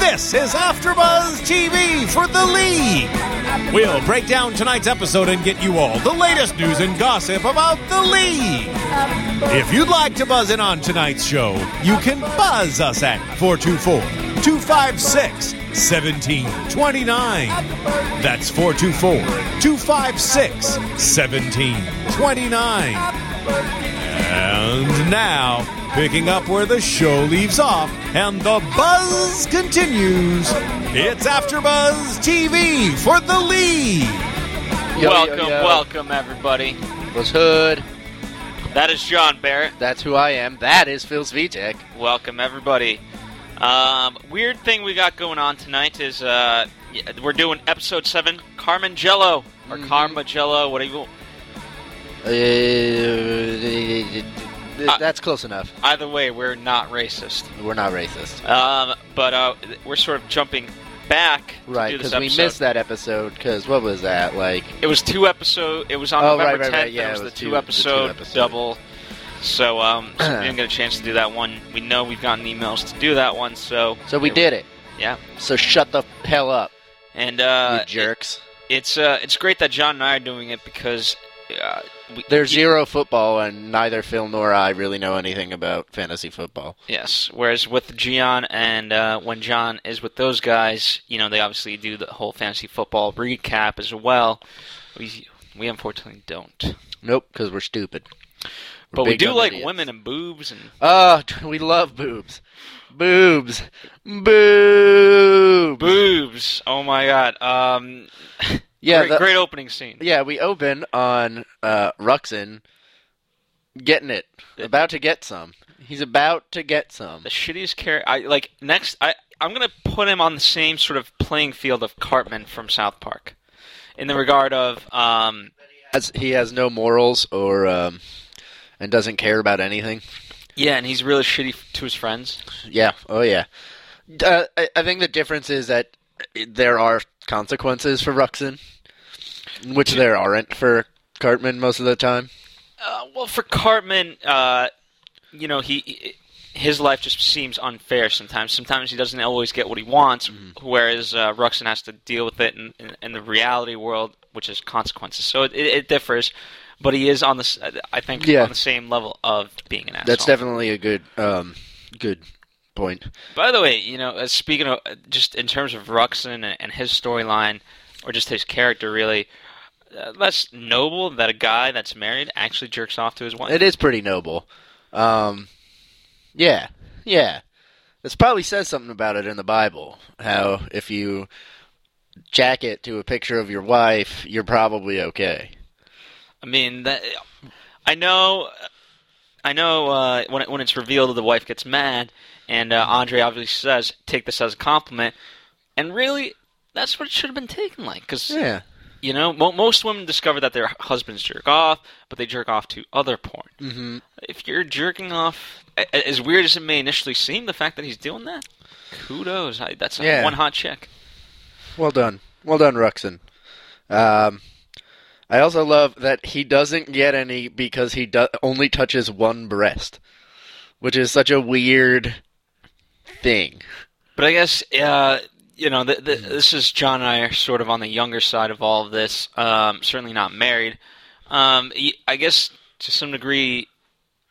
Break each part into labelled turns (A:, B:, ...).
A: this is AfterBuzz TV for the league. We'll break down tonight's episode and get you all the latest news and gossip about the league. If you'd like to buzz in on tonight's show, you can buzz us at 424 256 1729. That's 424 256 1729. And now, picking up where the show leaves off and the buzz continues, it's AfterBuzz TV for the lead.
B: Yo, yo,
C: welcome,
B: yo.
C: welcome, everybody.
B: Was Hood.
C: That is John Barrett.
B: That's who I am. That is Phil Zvitek.
C: Welcome, everybody. Um, weird thing we got going on tonight is uh, y- we're doing episode seven, Carmen Jello or
B: Mhm.
C: Karma Jello, whatever. you-
B: Uh, that's close enough.
C: Either way, we're not racist.
B: We're not racist.
C: Um, but uh, we're sort of jumping back
B: Right,
C: to do
B: because
C: this
B: we
C: episode.
B: missed that episode, because what was that? Like,
C: It was two episode. It was on
B: Oh, right,
C: November
B: right,
C: 10th.
B: right, yeah,
C: it was,
B: it was
C: the
B: two- e,
C: two,
B: the two
C: episode
B: episode.
C: double. So, um, so we didn't get a chance to do that one. We know we've gotten emails to do that one. So,
B: so we did it.
C: Yeah,
B: So shut the hell up,
C: and
B: you
C: uh,
B: jerks.
C: it- it's uh, it's great that John and I are doing it because uh, we,
B: There's zero football, and neither Phil nor I really know anything about fantasy football.
C: Yes. Whereas with Gian and uh, when John is with those guys, you know, they obviously do the whole fantasy football recap as well. We we unfortunately don't.
B: Nope, because we're stupid. We're
C: But we
B: big
C: do
B: dumb
C: like
B: idiots.
C: women and boobs and
B: Oh, we love boobs. Boobs. Boobs.
C: boobs. Oh my god. Um
B: Yeah,
C: great,
B: the-
C: great opening scene.
B: Yeah, we open on uh, Ruxin getting it, about to get some. He's about to get some.
C: The shittiest character I like next I I'm going to put him on the same sort of playing field of Cartman from South Park. In the regard of um
B: As he has no morals or um, and doesn't care about anything.
C: yeah, and he's really shitty to his friends.
B: Yeah. Oh yeah. Uh, I, I think the difference is that there are consequences for Ruxin, which there aren't for Cartman most of the time.
C: Uh, well, for Cartman, uh, you know, he his life just seems unfair sometimes. Sometimes he doesn't always get what he wants, whereas uh, Ruxin has to deal with it in, in, in the reality world, which is consequences. So it, it differs, but he is on the s- I think
B: Yeah.
C: on the same level of being an asshole.
B: That's definitely a good um, good point.
C: By the way, you know, uh, speaking of uh, just in terms of Ruxin and, and his storyline, or just his character, really. Uh, less noble that a guy that's married actually jerks off to his wife.
B: It is pretty noble. Um, yeah, yeah. This probably says something about it in the Bible. How if you jack it to a picture of your wife, you're probably okay.
C: I mean, that, I know, uh, I know. Uh, when it, when it's revealed, the wife gets mad, and uh, Andre obviously says, "Take this as a compliment." And really, that's what it should have been taken like, because
B: Yeah,
C: you know, mo- most women discover that their husbands jerk off, but they jerk off to other porn. Mm-hmm. If you're jerking off, a- a- as weird as it may initially seem, the fact that he's doing that, kudos. I, that's
B: Yeah.
C: one hot chick.
B: well done, well done, Ruxin. Um, I also love that he doesn't get any because he do- only touches one breast, which is such a weird thing.
C: But I guess uh, you know th
B: Mm-hmm.
C: th this is John and I are sort of on the younger side of all of this. Um, certainly not married. Um, y- I guess to some degree,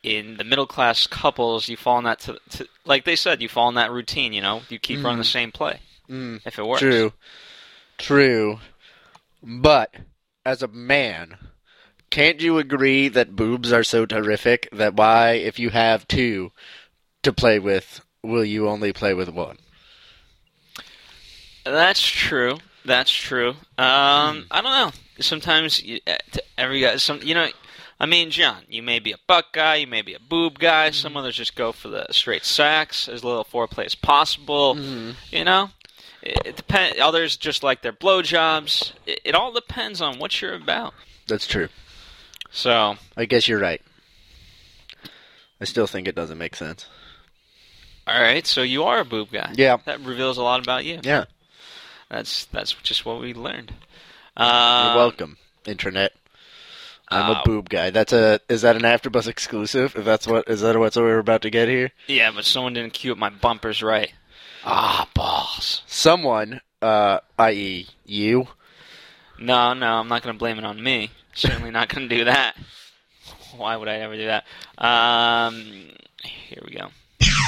C: in the middle class couples, you fall in that to, to like they said, you fall in that routine. You know, you keep running the same play
B: Mm-hmm. Mm.
C: if it works.
B: True. True. But as a man, can't you agree that boobs are so terrific that why if you have two to play with, will you only play with one?
C: That's true. That's true.
B: Hmm.
C: Um, I don't know. Sometimes you, eh, to every guy, some you know, I mean, John, you may be a buck guy, you may be a boob
B: Hmm.
C: guy. Some
B: Hmm.
C: others just go for the straight sex, as little foreplay as possible. You know, Eh, It, it depends. Others just like their blowjobs. It, it all depends on what you're about.
B: That's true.
C: So
B: I guess you're right. I still think it doesn't make sense.
C: all right, so you are a boob guy.
B: Yeah.
C: that reveals a lot about you.
B: Yeah.
C: That's that's just what we learned. Uh,
B: You're welcome, internet. I'm a
C: uh,
B: boob guy. That's a is that an AfterBuzz exclusive? If that's what is that what's what we're about to get here?
C: Yeah, but someone didn't cue up my bumpers right. Ah, balls.
B: Someone, uh, i.e., you.
C: No, no, I'm not going to blame it on me. Certainly not going to do that. Why would I ever do that? Um, here we go.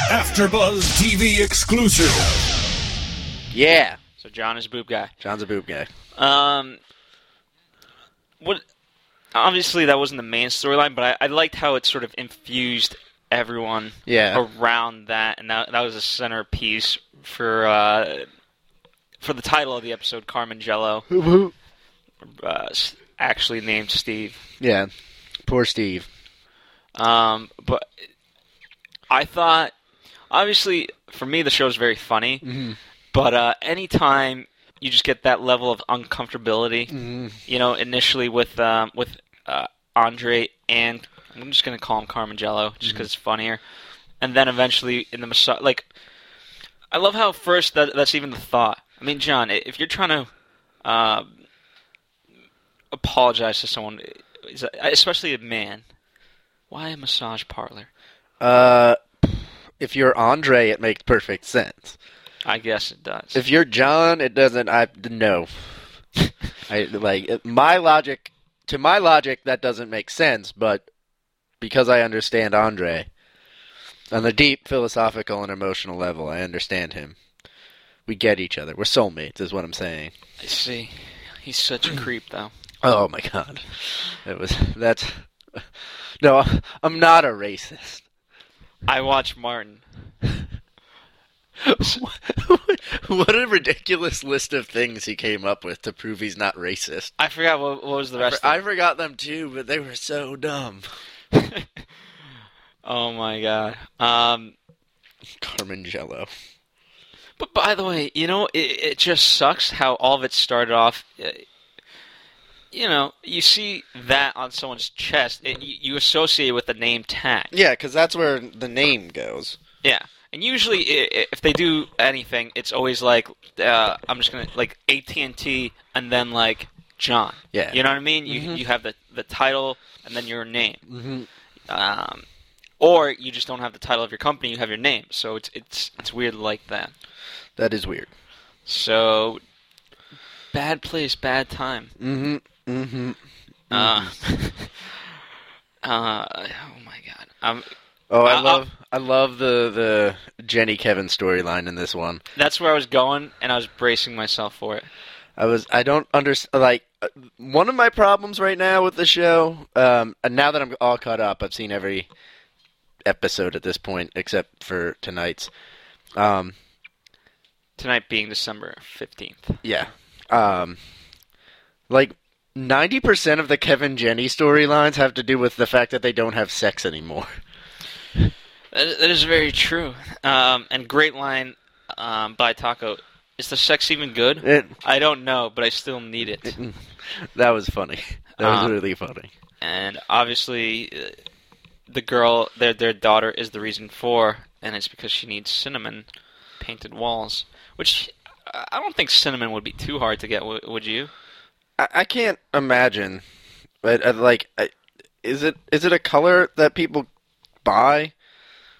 D: AfterBuzz TV exclusive.
B: Yeah,
C: So John is boob guy.
B: John's a boob guy.
C: Um, what? Obviously, that wasn't the main storyline, but I, I liked how it sort of infused everyone
B: Yeah.
C: around that, and that, that was a centerpiece for uh, for the title of the episode. Carmen Jello, uh, s- actually named Steve.
B: Yeah, poor Steve.
C: Um, but I thought, obviously, for me, the show's very funny. But uh, anytime you just get that level of uncomfortability, you know, initially with um, with uh, Andre and I'm just gonna call him Carmangello just because it's funnier, and then eventually in the massage, like I love how first that that's even the thought. I mean, John, i- if you're trying to uh, apologize to someone, is- especially a man, why a massage parlor?
B: Uh, if you're Andre, it makes perfect sense.
C: I guess it does.
B: If you're John, it doesn't. I no. I like my logic. To my logic, that doesn't make sense. But because I understand Andre on the deep philosophical and emotional level, I understand him. We get each other. We're soulmates, is what I'm saying.
C: I see. He's such a creep, though.
B: Oh my god, it was that's. No, I'm not a racist.
C: I watch Martin.
B: what a ridiculous list of things he came up with to prove he's not racist.
C: I forgot what, what was the rest.
B: I
C: of
B: forgot them too, but they were so dumb.
C: Oh my god. Um,
B: Carmen Jello.
C: but by the way, you know, it, it just sucks how all of it started off. uh, You know, you see that on someone's chest, it, you, you associate it with the name tag.
B: Yeah, because that's where the name goes.
C: Yeah. And usually, i- i- if they do anything, it's always like uh, I'm just gonna like AT and T, and then like John.
B: Yeah.
C: You know what I mean? You you have the the title and then your name. Um, or you just don't have the title of your company; you have your name. So it's it's it's weird like that.
B: That is weird.
C: So bad place, bad time. Mm-hmm. Mm-hmm. Uh, uh, oh my god! Um,
B: Oh, I
C: Uh,
B: love I love the the Jenny Kevin storyline in this one.
C: that's where I was going, and I was bracing myself for it.
B: I was I don't understand like uh, one of my problems right now with the show. Um, and now that I'm all caught up, I've seen every episode at this point except for tonight's. Um,
C: Tonight being December 15th.
B: Yeah. Um like 90% of the Kevin Jenny storylines have to do with the fact that they don't have sex anymore.
C: That, that is very true. Um, and great line um, by Taco. Is the sex even good?
B: It,
C: I don't know, but I still need it.
B: that was funny. That was
C: Uh,
B: really funny.
C: And obviously, uh, the girl, their their daughter, is the reason for, and it's because she needs cinnamon painted walls. Which uh, I I don't think cinnamon would be too hard to get. w- Would you?
B: I, I can't imagine but uh, like I, is it is it a color that people buy?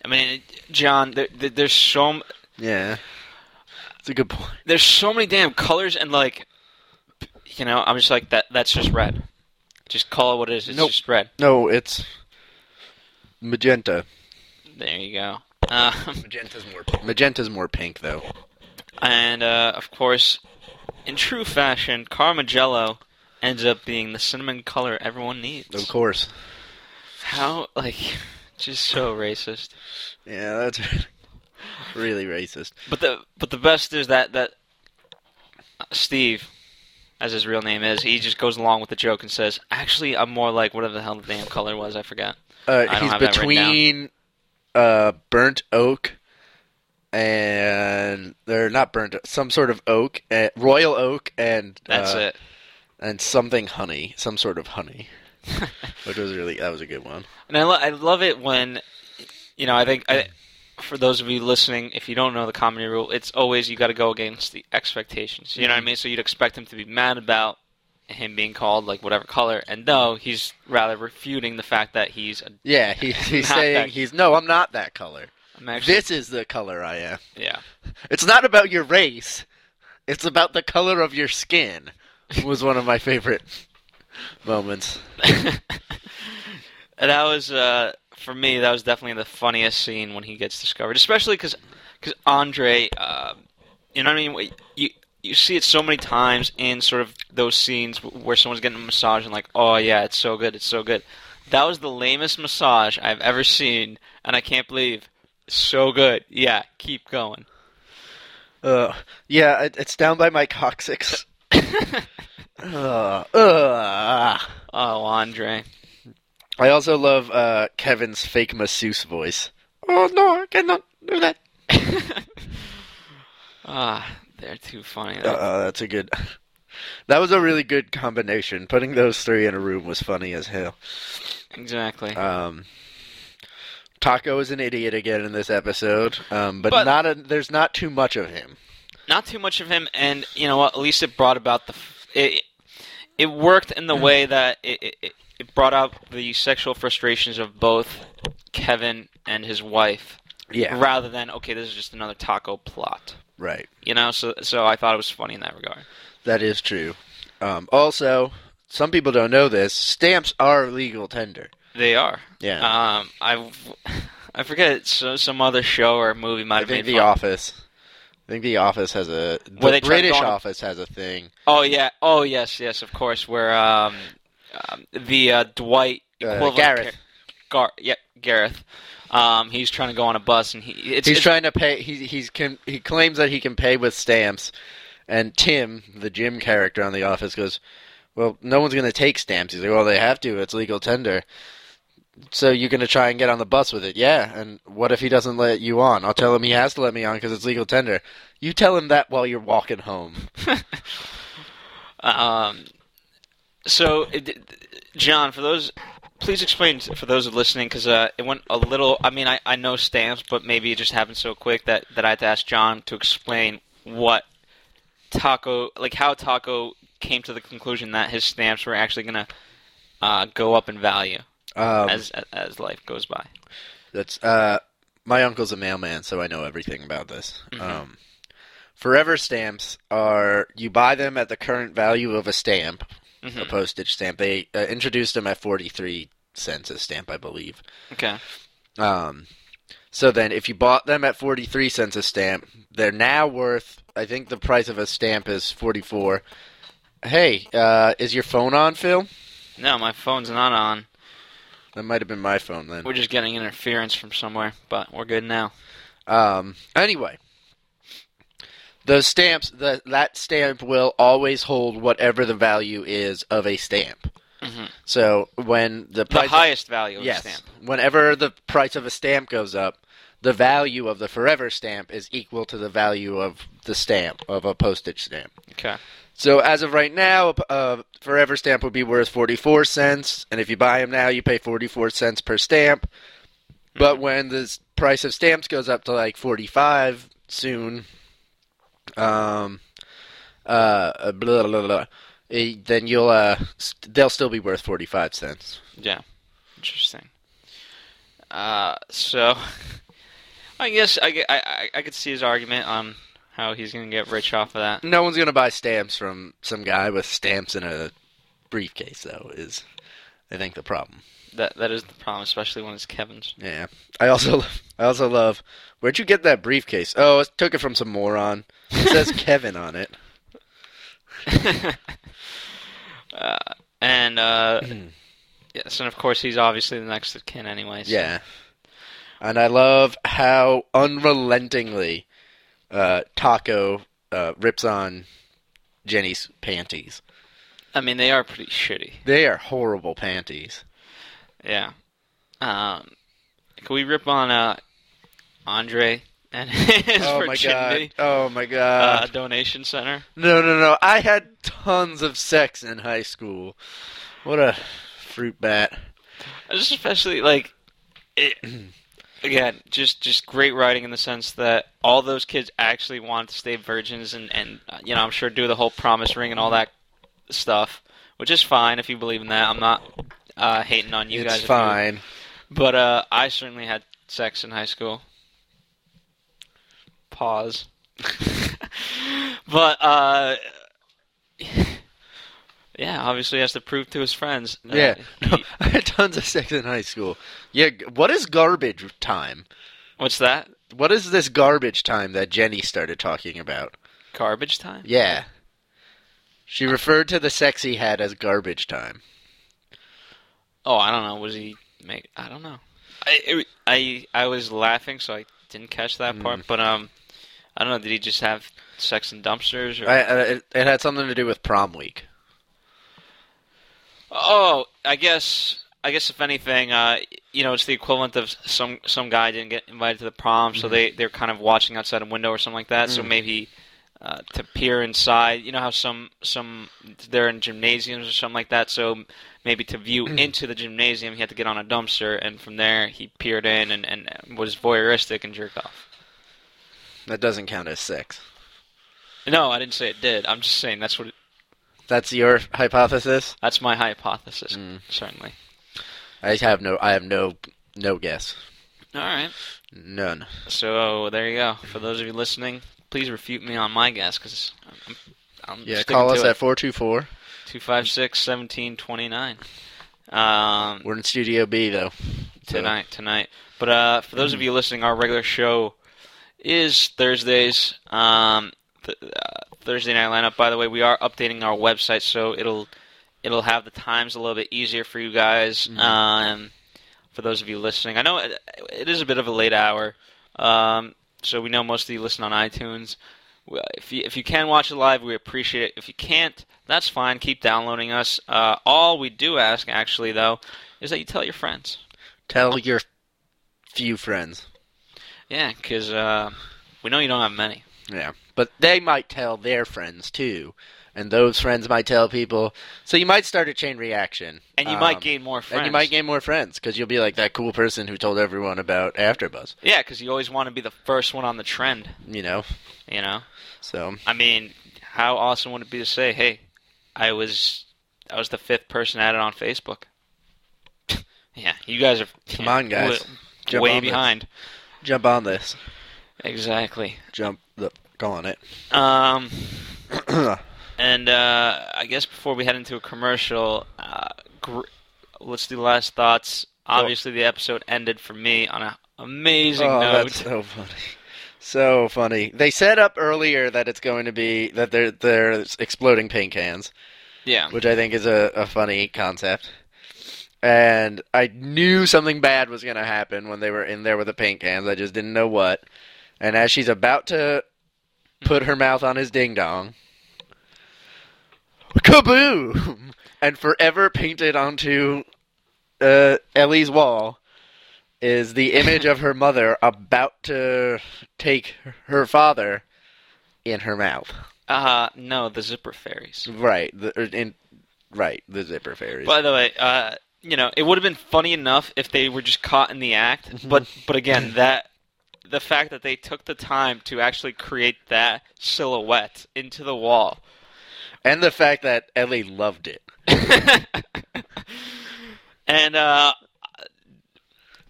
C: I mean, John, there, there, there's so m-
B: Yeah. It's a good point.
C: there's so many damn colors and like you know i'm just like that that's just red just call it what it is it's
B: Nope.
C: just red
B: No, it's magenta.
C: there you go um,
B: Magenta's more pink. Magenta's more pink though.
C: and uh, of course in true fashion carmagello ends up being the cinnamon color everyone needs
B: Of course.
C: how like just so racist
B: Yeah, that's really racist.
C: but the but the best is that that steve as his real name is, he just goes along with the joke and says, "Actually, I'm more like whatever the hell the damn color was. I forgot."
B: Uh,
C: I don't
B: he's
C: have that written down.
B: between uh, burnt oak and they're not burnt. Some sort of oak, uh, royal oak, and
C: That's
B: uh,
C: it.
B: and something honey, some sort of honey, which was really that was a good one.
C: And I, lo- I love it when, you know, I think I, for those of you listening, if you don't know the comedy rule, it's always you got to go against the expectations. You know
B: Mm-hmm.
C: what I mean? So you'd expect him to be mad about him being called like whatever color, and no, he's rather refuting the fact that he's. A,
B: Yeah, he, he's
C: Not
B: saying
C: that-
B: he's no, I'm not that color.
C: I'm actually,
B: this is the color I am.
C: yeah,
B: It's not about your race. It's about the color of your skin. Was one of my favorite moments.
C: And that was uh, for me. That was definitely the funniest scene when he gets discovered, especially because Andre, uh, you know what I mean. Wh- You you see it so many times in sort of those scenes wh- where someone's getting a massage and like, oh yeah, it's so good, it's so good. That was the lamest massage I've ever seen, and I can't believe so good. Yeah, keep going.
B: Uh, yeah, it, it's down by my coccyx. uh, uh.
C: Oh, Andre.
B: I also love uh, Kevin's fake masseuse voice. Oh no, I cannot do that.
C: Ah, they're too funny.
B: Uh, that's a good. That was a really good combination. Putting those three in a room was funny as hell.
C: exactly.
B: Um, Taco is an idiot again in this episode, um, but,
C: But-
B: not a, there's not too much of him.
C: not too much of him, and you know what? At least it brought about the f- it. It worked in the
B: Mm.
C: way that it it, it brought out the sexual frustrations of both Kevin and his wife,
B: Yeah, right.
C: rather than okay, this is just another taco plot.
B: right.
C: You know, so so I thought it was funny in that regard.
B: That is true. Um, also, some people don't know this. Stamps are legal tender.
C: They are.
B: Yeah.
C: Um. I I forget so some other show or movie might
B: I
C: have made
B: think The
C: fun-
B: Office. I think The Office has a. The
C: Where they tried
B: British
C: going-
B: Office has a thing.
C: Oh yeah. Oh yes. Yes. Of course. Where um, um the uh, Dwight
B: Uh,
C: equivalent
B: Gareth.
C: Gar- Gar- yeah, Gareth. Um, he's trying to go on a bus and he it's,
B: He's
C: it's-
B: trying to pay. He he's can, he claims that he can pay with stamps, and Tim, the Jim character on The Office, goes, "Well, no one's going to take stamps." He's like, "Well, they have to. It's legal tender." So you're going to try and get on the bus with it, yeah? And what if he doesn't let you on? I'll tell him he has to let me on because it's legal tender. You tell him that while you're walking home.
C: um. So, it, it- John, for those, please explain t- for those listening because uh, it went a little. I mean, I, I know stamps, but maybe it just happened so quick that that I had to ask John to explain what Taco like how Taco came to the conclusion that his stamps were actually gonna uh, go up in value.
B: Um,
C: as as life goes by.
B: That's uh, my uncle's a mailman, so I know everything about this. Um, forever stamps are you buy them at the current value of a stamp, a postage stamp. They uh, introduced them at forty three cents a stamp, I believe.
C: Okay.
B: Um, so then, if you bought them at forty three cents a stamp, they're now worth. I think the price of a stamp is forty four. Hey, uh, is your phone on, Phil?
C: No, my phone's not on.
B: That might have been my phone then.
C: We're just getting interference from somewhere, but we're good now.
B: Um, anyway, those stamps, the, that stamp will always hold whatever the value is of a stamp. So when the
C: Mm-hmm. The
B: price,
C: highest value of
B: yes,
C: the stamp.
B: whenever the price of a stamp goes up, the value of the forever stamp is equal to the value of the stamp of a postage stamp.
C: Okay.
B: So as of right now, a p- a forever stamp would be worth 44 cents, and if you buy them now, you pay 44 cents per stamp. But when the s- price of stamps goes up to like 45 soon, um, uh, blah, blah, blah, blah, eh, then you'll uh, st- they'll still be worth 45 cents.
C: Yeah. Interesting. Uh, so I guess I, ge- I, I, I could see his argument on how he's gonna get rich off of that.
B: No one's gonna buy stamps from some guy with stamps in a briefcase, though. Is I think the problem.
C: That that is the problem, especially when it's Kevin's.
B: Yeah. I also love, I also love where'd you get that briefcase? Oh, I took it from some moron. It says Kevin on it.
C: And uh,
B: Hmm.
C: yes, and of course he's obviously the next of kin anyway. so-
B: Yeah. And I love how unrelentingly uh, Taco uh, rips on Jenny's panties.
C: I mean they are pretty shitty.
B: They are horrible panties.
C: Yeah. Um, can we rip on uh, Andre and his
B: Oh my god.
C: virginity
B: Oh my
C: uh,
B: god.
C: donation center.
B: no, no, no. I had tons of sex in high school. What a fruit bat.
C: I just especially like it. Again, just just great writing in the sense that all those kids actually wanted to stay virgins, and and uh, you know I'm sure do the whole promise ring and all that stuff, which is fine if you believe in that. I'm not uh, hating on you
B: it's
C: guys. if you-
B: fine.
C: but uh, I certainly had sex in high school. Pause. but uh, yeah, obviously he has to prove to his friends. that
B: Yeah,
C: he-
B: no, I had tons of sex in high school. Yeah, g- what is garbage time?
C: what's that?
B: What is this garbage time that Jenny started talking about?
C: Garbage time?
B: Yeah. She referred to the sex he had as garbage time.
C: Oh, I don't know. Was he make? I don't know. I it- I I was laughing, so I didn't catch that part. But um, I don't know. Did he just have sex in dumpsters? Or
B: I, I, it it had something to do with prom week.
C: oh, I guess I guess if anything, uh, you know, it's the equivalent of some some guy didn't get invited to the prom, so they they're kind of watching outside a window or something like that. So maybe. Uh, to peer inside, you know how some some they're in gymnasiums or something like that. So maybe to view into the gymnasium, he had to get on a dumpster, and from there he peered in and, and was voyeuristic and jerked off.
B: That doesn't count as sex.
C: No, I didn't say it did. I'm just saying that's what
B: That's your hypothesis.
C: that's my hypothesis. Certainly.
B: I have no. I have no. No guess.
C: All right.
B: None.
C: So there you go. For those of you listening, please refute me on my guess because I'm, I'm
B: Yeah.
C: sticking
B: call
C: to
B: us
C: it.
B: at four two four.
C: 256-1729 um,
B: We're in Studio B though. So-
C: tonight tonight. But uh, for those of you listening, our regular show is Thursdays. Um, th- uh, Thursday night lineup. By the way, we are updating our website, so it'll it'll have the times a little bit easier for you guys. Um, for those of you listening, I know it, it is a bit of a late hour, um, so we know most of you listen on iTunes. Well, If you, if you can watch it live, we appreciate it. If you can't, that's fine. Keep downloading us. Uh, all we do ask, actually, though, is that you tell your friends.
B: Tell your few friends.
C: Yeah, because uh, we know you don't have many.
B: Yeah. But they might tell their friends too. And those friends might tell people. So you might start a chain reaction.
C: And you
B: Um,
C: might gain more friends.
B: And you might gain more friends because you'll be like that cool person who told everyone about AfterBuzz.
C: Yeah, because you always want to be the first one on the trend,
B: You know,
C: you know?
B: so
C: I mean, how awesome would it be to say, hey, I was I was the fifth person added on Facebook? yeah, you guys are
B: Come on, guys.
C: w-
B: Jump
C: way
B: on this.
C: behind.
B: jump on this,
C: Exactly.
B: jump the, go on it.
C: Um, and uh, I guess before we head into a commercial, uh, gr- let's do last thoughts. Obviously, the episode ended for me on an amazing
B: Oh,
C: note.
B: that's so funny. So funny. They said up earlier that it's going to be that they're they're exploding paint cans,
C: Yeah,
B: which I think is a, a funny concept. And I knew something bad was going to happen when they were in there with the paint cans. I just didn't know what. And as she's about to put her mouth on his ding dong, kaboom! And forever painted onto uh, Ellie's wall is the image of her mother about to take her father in her mouth.
C: uh, no, the zipper fairies.
B: Right. The, er, in, right. The zipper fairies.
C: By the way, uh, you know, it would have been funny enough if they were just caught in the
B: Mm-hmm.
C: act, but but again, that the fact that they took the time to actually create that silhouette into the wall.
B: and the fact that Ellie loved it.
C: And uh,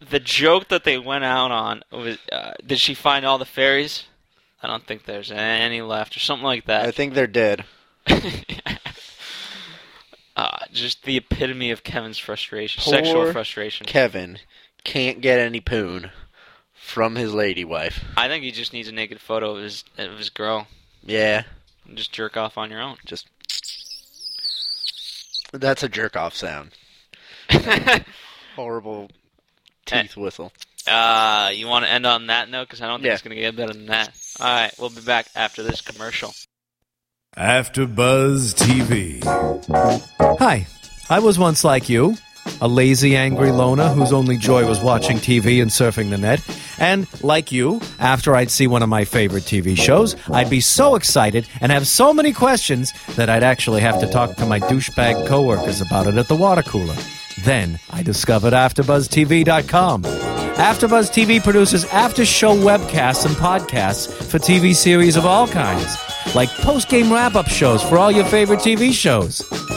C: the joke that they went out on was, uh, did she find all the fairies? I don't think there's any left, or something like
B: I
C: that.
B: think they're dead.
C: Uh, just the epitome of Kevin's frustration,
B: Poor
C: sexual frustration.
B: Kevin can't get any poon from his lady wife.
C: I think he just needs a naked photo of his of his girl.
B: Yeah.
C: And just jerk off on your own.
B: Just. That's a jerk off sound. Horrible teeth whistle.
C: Uh, you want to end on that note because I don't think
B: Yeah.
C: it's going to get better than that. All right, we'll be back after this commercial.
A: After Buzz TV.
E: Hi, I was once like you,
A: a lazy, angry Lona whose only joy was watching TV and surfing the net. And like you, after I'd see one of my favorite TV shows, I'd be so excited and have so many questions that I'd actually have to talk to my douchebag coworkers about it at the water cooler. Then I discovered AfterBuzzTV.com. AfterBuzz TV produces after-show webcasts and podcasts for TV series of all kinds, like post-game wrap-up shows for all your favorite TV shows.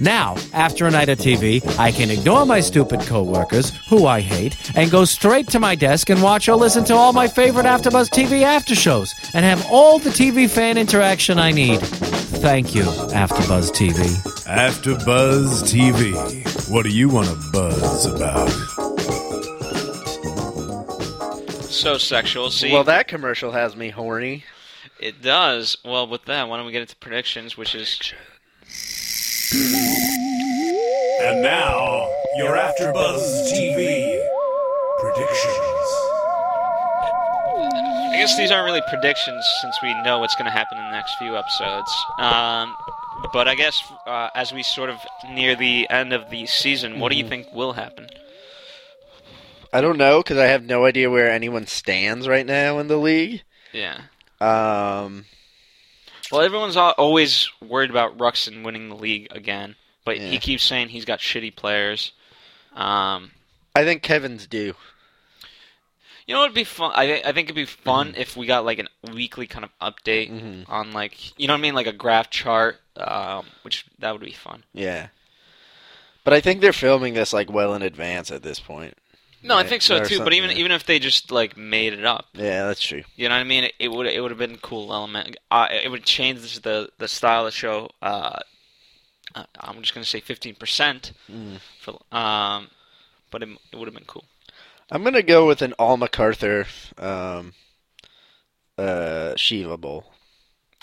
A: Now, after a night of TV, I can ignore my stupid coworkers, who I hate, and go straight to my desk and watch or listen to all my favorite AfterBuzz TV after shows, and have all the TV fan interaction I need. Thank you, AfterBuzz TV.
E: After Buzz TV, what do you want to buzz about?
C: So sexual. See,
B: Well, that commercial has me horny.
C: it does. Well, with that, why don't we get into predictions, which is
D: And now, your AfterBuzz TV predictions.
C: I guess these aren't really predictions since we know what's going to happen in the next few episodes. Um, but I guess uh, as we sort of near the end of the season, what do you think will happen?
B: I don't know because I have no idea where anyone stands right now in the league.
C: Yeah.
B: Um,
C: Well, everyone's al- always worried about Ruxin winning the league again, but
B: Yeah.
C: he keeps saying he's got shitty players. Um,
B: I think Kevin's due.
C: you know, it'd be fun. I, thi- I think it'd be fun if we got like a weekly kind of update on like you know what I mean, like a graph chart, um, which that would be fun.
B: Yeah. But I think they're filming this like well in advance at this point.
C: No, I
B: Right,
C: think so
B: or
C: too.
B: something,
C: But even
B: yeah.
C: even if they just like made it up,
B: Yeah, that's true.
C: You know what I mean? It, it would it would have been a cool element. Uh, it would change the the style of the show. Uh, uh, I'm just gonna say 15 percent.
B: Mm.
C: For um, but it, it would have been cool.
B: I'm gonna go with an all MacArthur, um, uh, Shiva Bowl,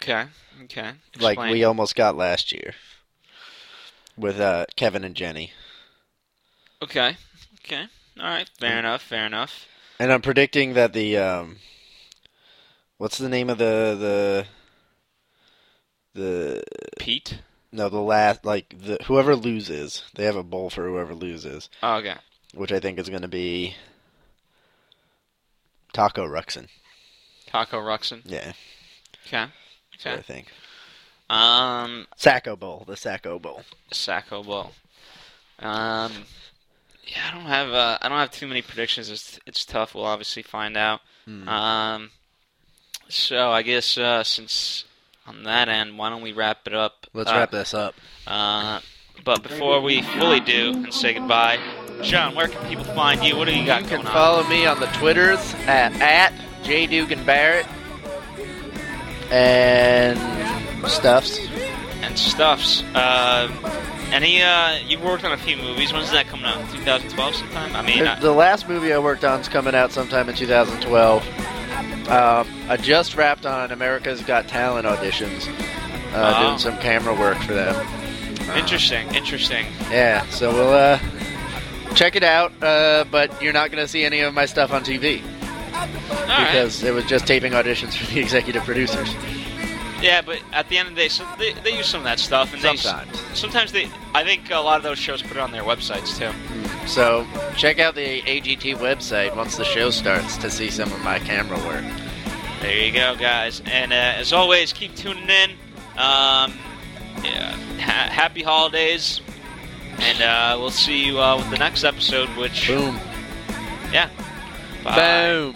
C: Okay. Okay.
B: like
C: Explain.
B: we almost got last year with uh, Kevin and Jenny.
C: Okay. Okay. All right. Fair
B: Mm.
C: enough. Fair enough.
B: And I'm predicting that the um, what's the name of the the the
C: Pete.
B: no the last like the whoever loses they have a bowl for whoever loses,
C: Oh, okay.
B: which I think is gonna be Taco Ruxin.
C: Taco Ruxin.
B: Yeah,
C: Okay.
B: that's what
C: Okay.
B: I think
C: Um,
B: Sacco Bowl, the Sacco Bowl.
C: Sacco Bowl. Um, yeah, I don't have uh, I don't have too many predictions. It's it's tough. We'll obviously find out. Um, so I guess uh, since on that end, why don't we wrap it up?
B: Let's
C: Uh,
B: wrap this up.
C: Uh, but before we fully do and say goodbye, John, where can people find you? What do you got
F: You
C: going
F: can
C: on?
F: follow me on the Twitters at, at J. Dugan Barrett.
B: and stuffs.
C: and stuffs. Um, any uh, you've worked on a few movies. When's that coming out? 2012 sometime. I mean,
B: The,
C: I,
B: the last movie I worked on is coming out sometime in 2012. Um, I just wrapped on America's Got Talent auditions, uh,
C: Oh.
B: doing some camera work for them.
C: interesting, interesting.
B: Yeah, so we'll uh, check it out. Uh, but you're not gonna see any of my stuff on TV
C: All right.
B: because it was just taping auditions for the executive producers.
C: Yeah, but at the end of the day, so they, they use some of that stuff, and they-
B: Sometimes.
C: sometimes they. I think a lot of those shows put it on their websites too.
B: So check out the AGT website once the show starts to see some of my camera work.
C: There you go, guys. And uh, as always, keep tuning in. Um, yeah, ha- happy holidays, and uh, we'll see you uh, with the next episode. Which
B: Boom,
C: yeah, bye.
B: boom.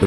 G: The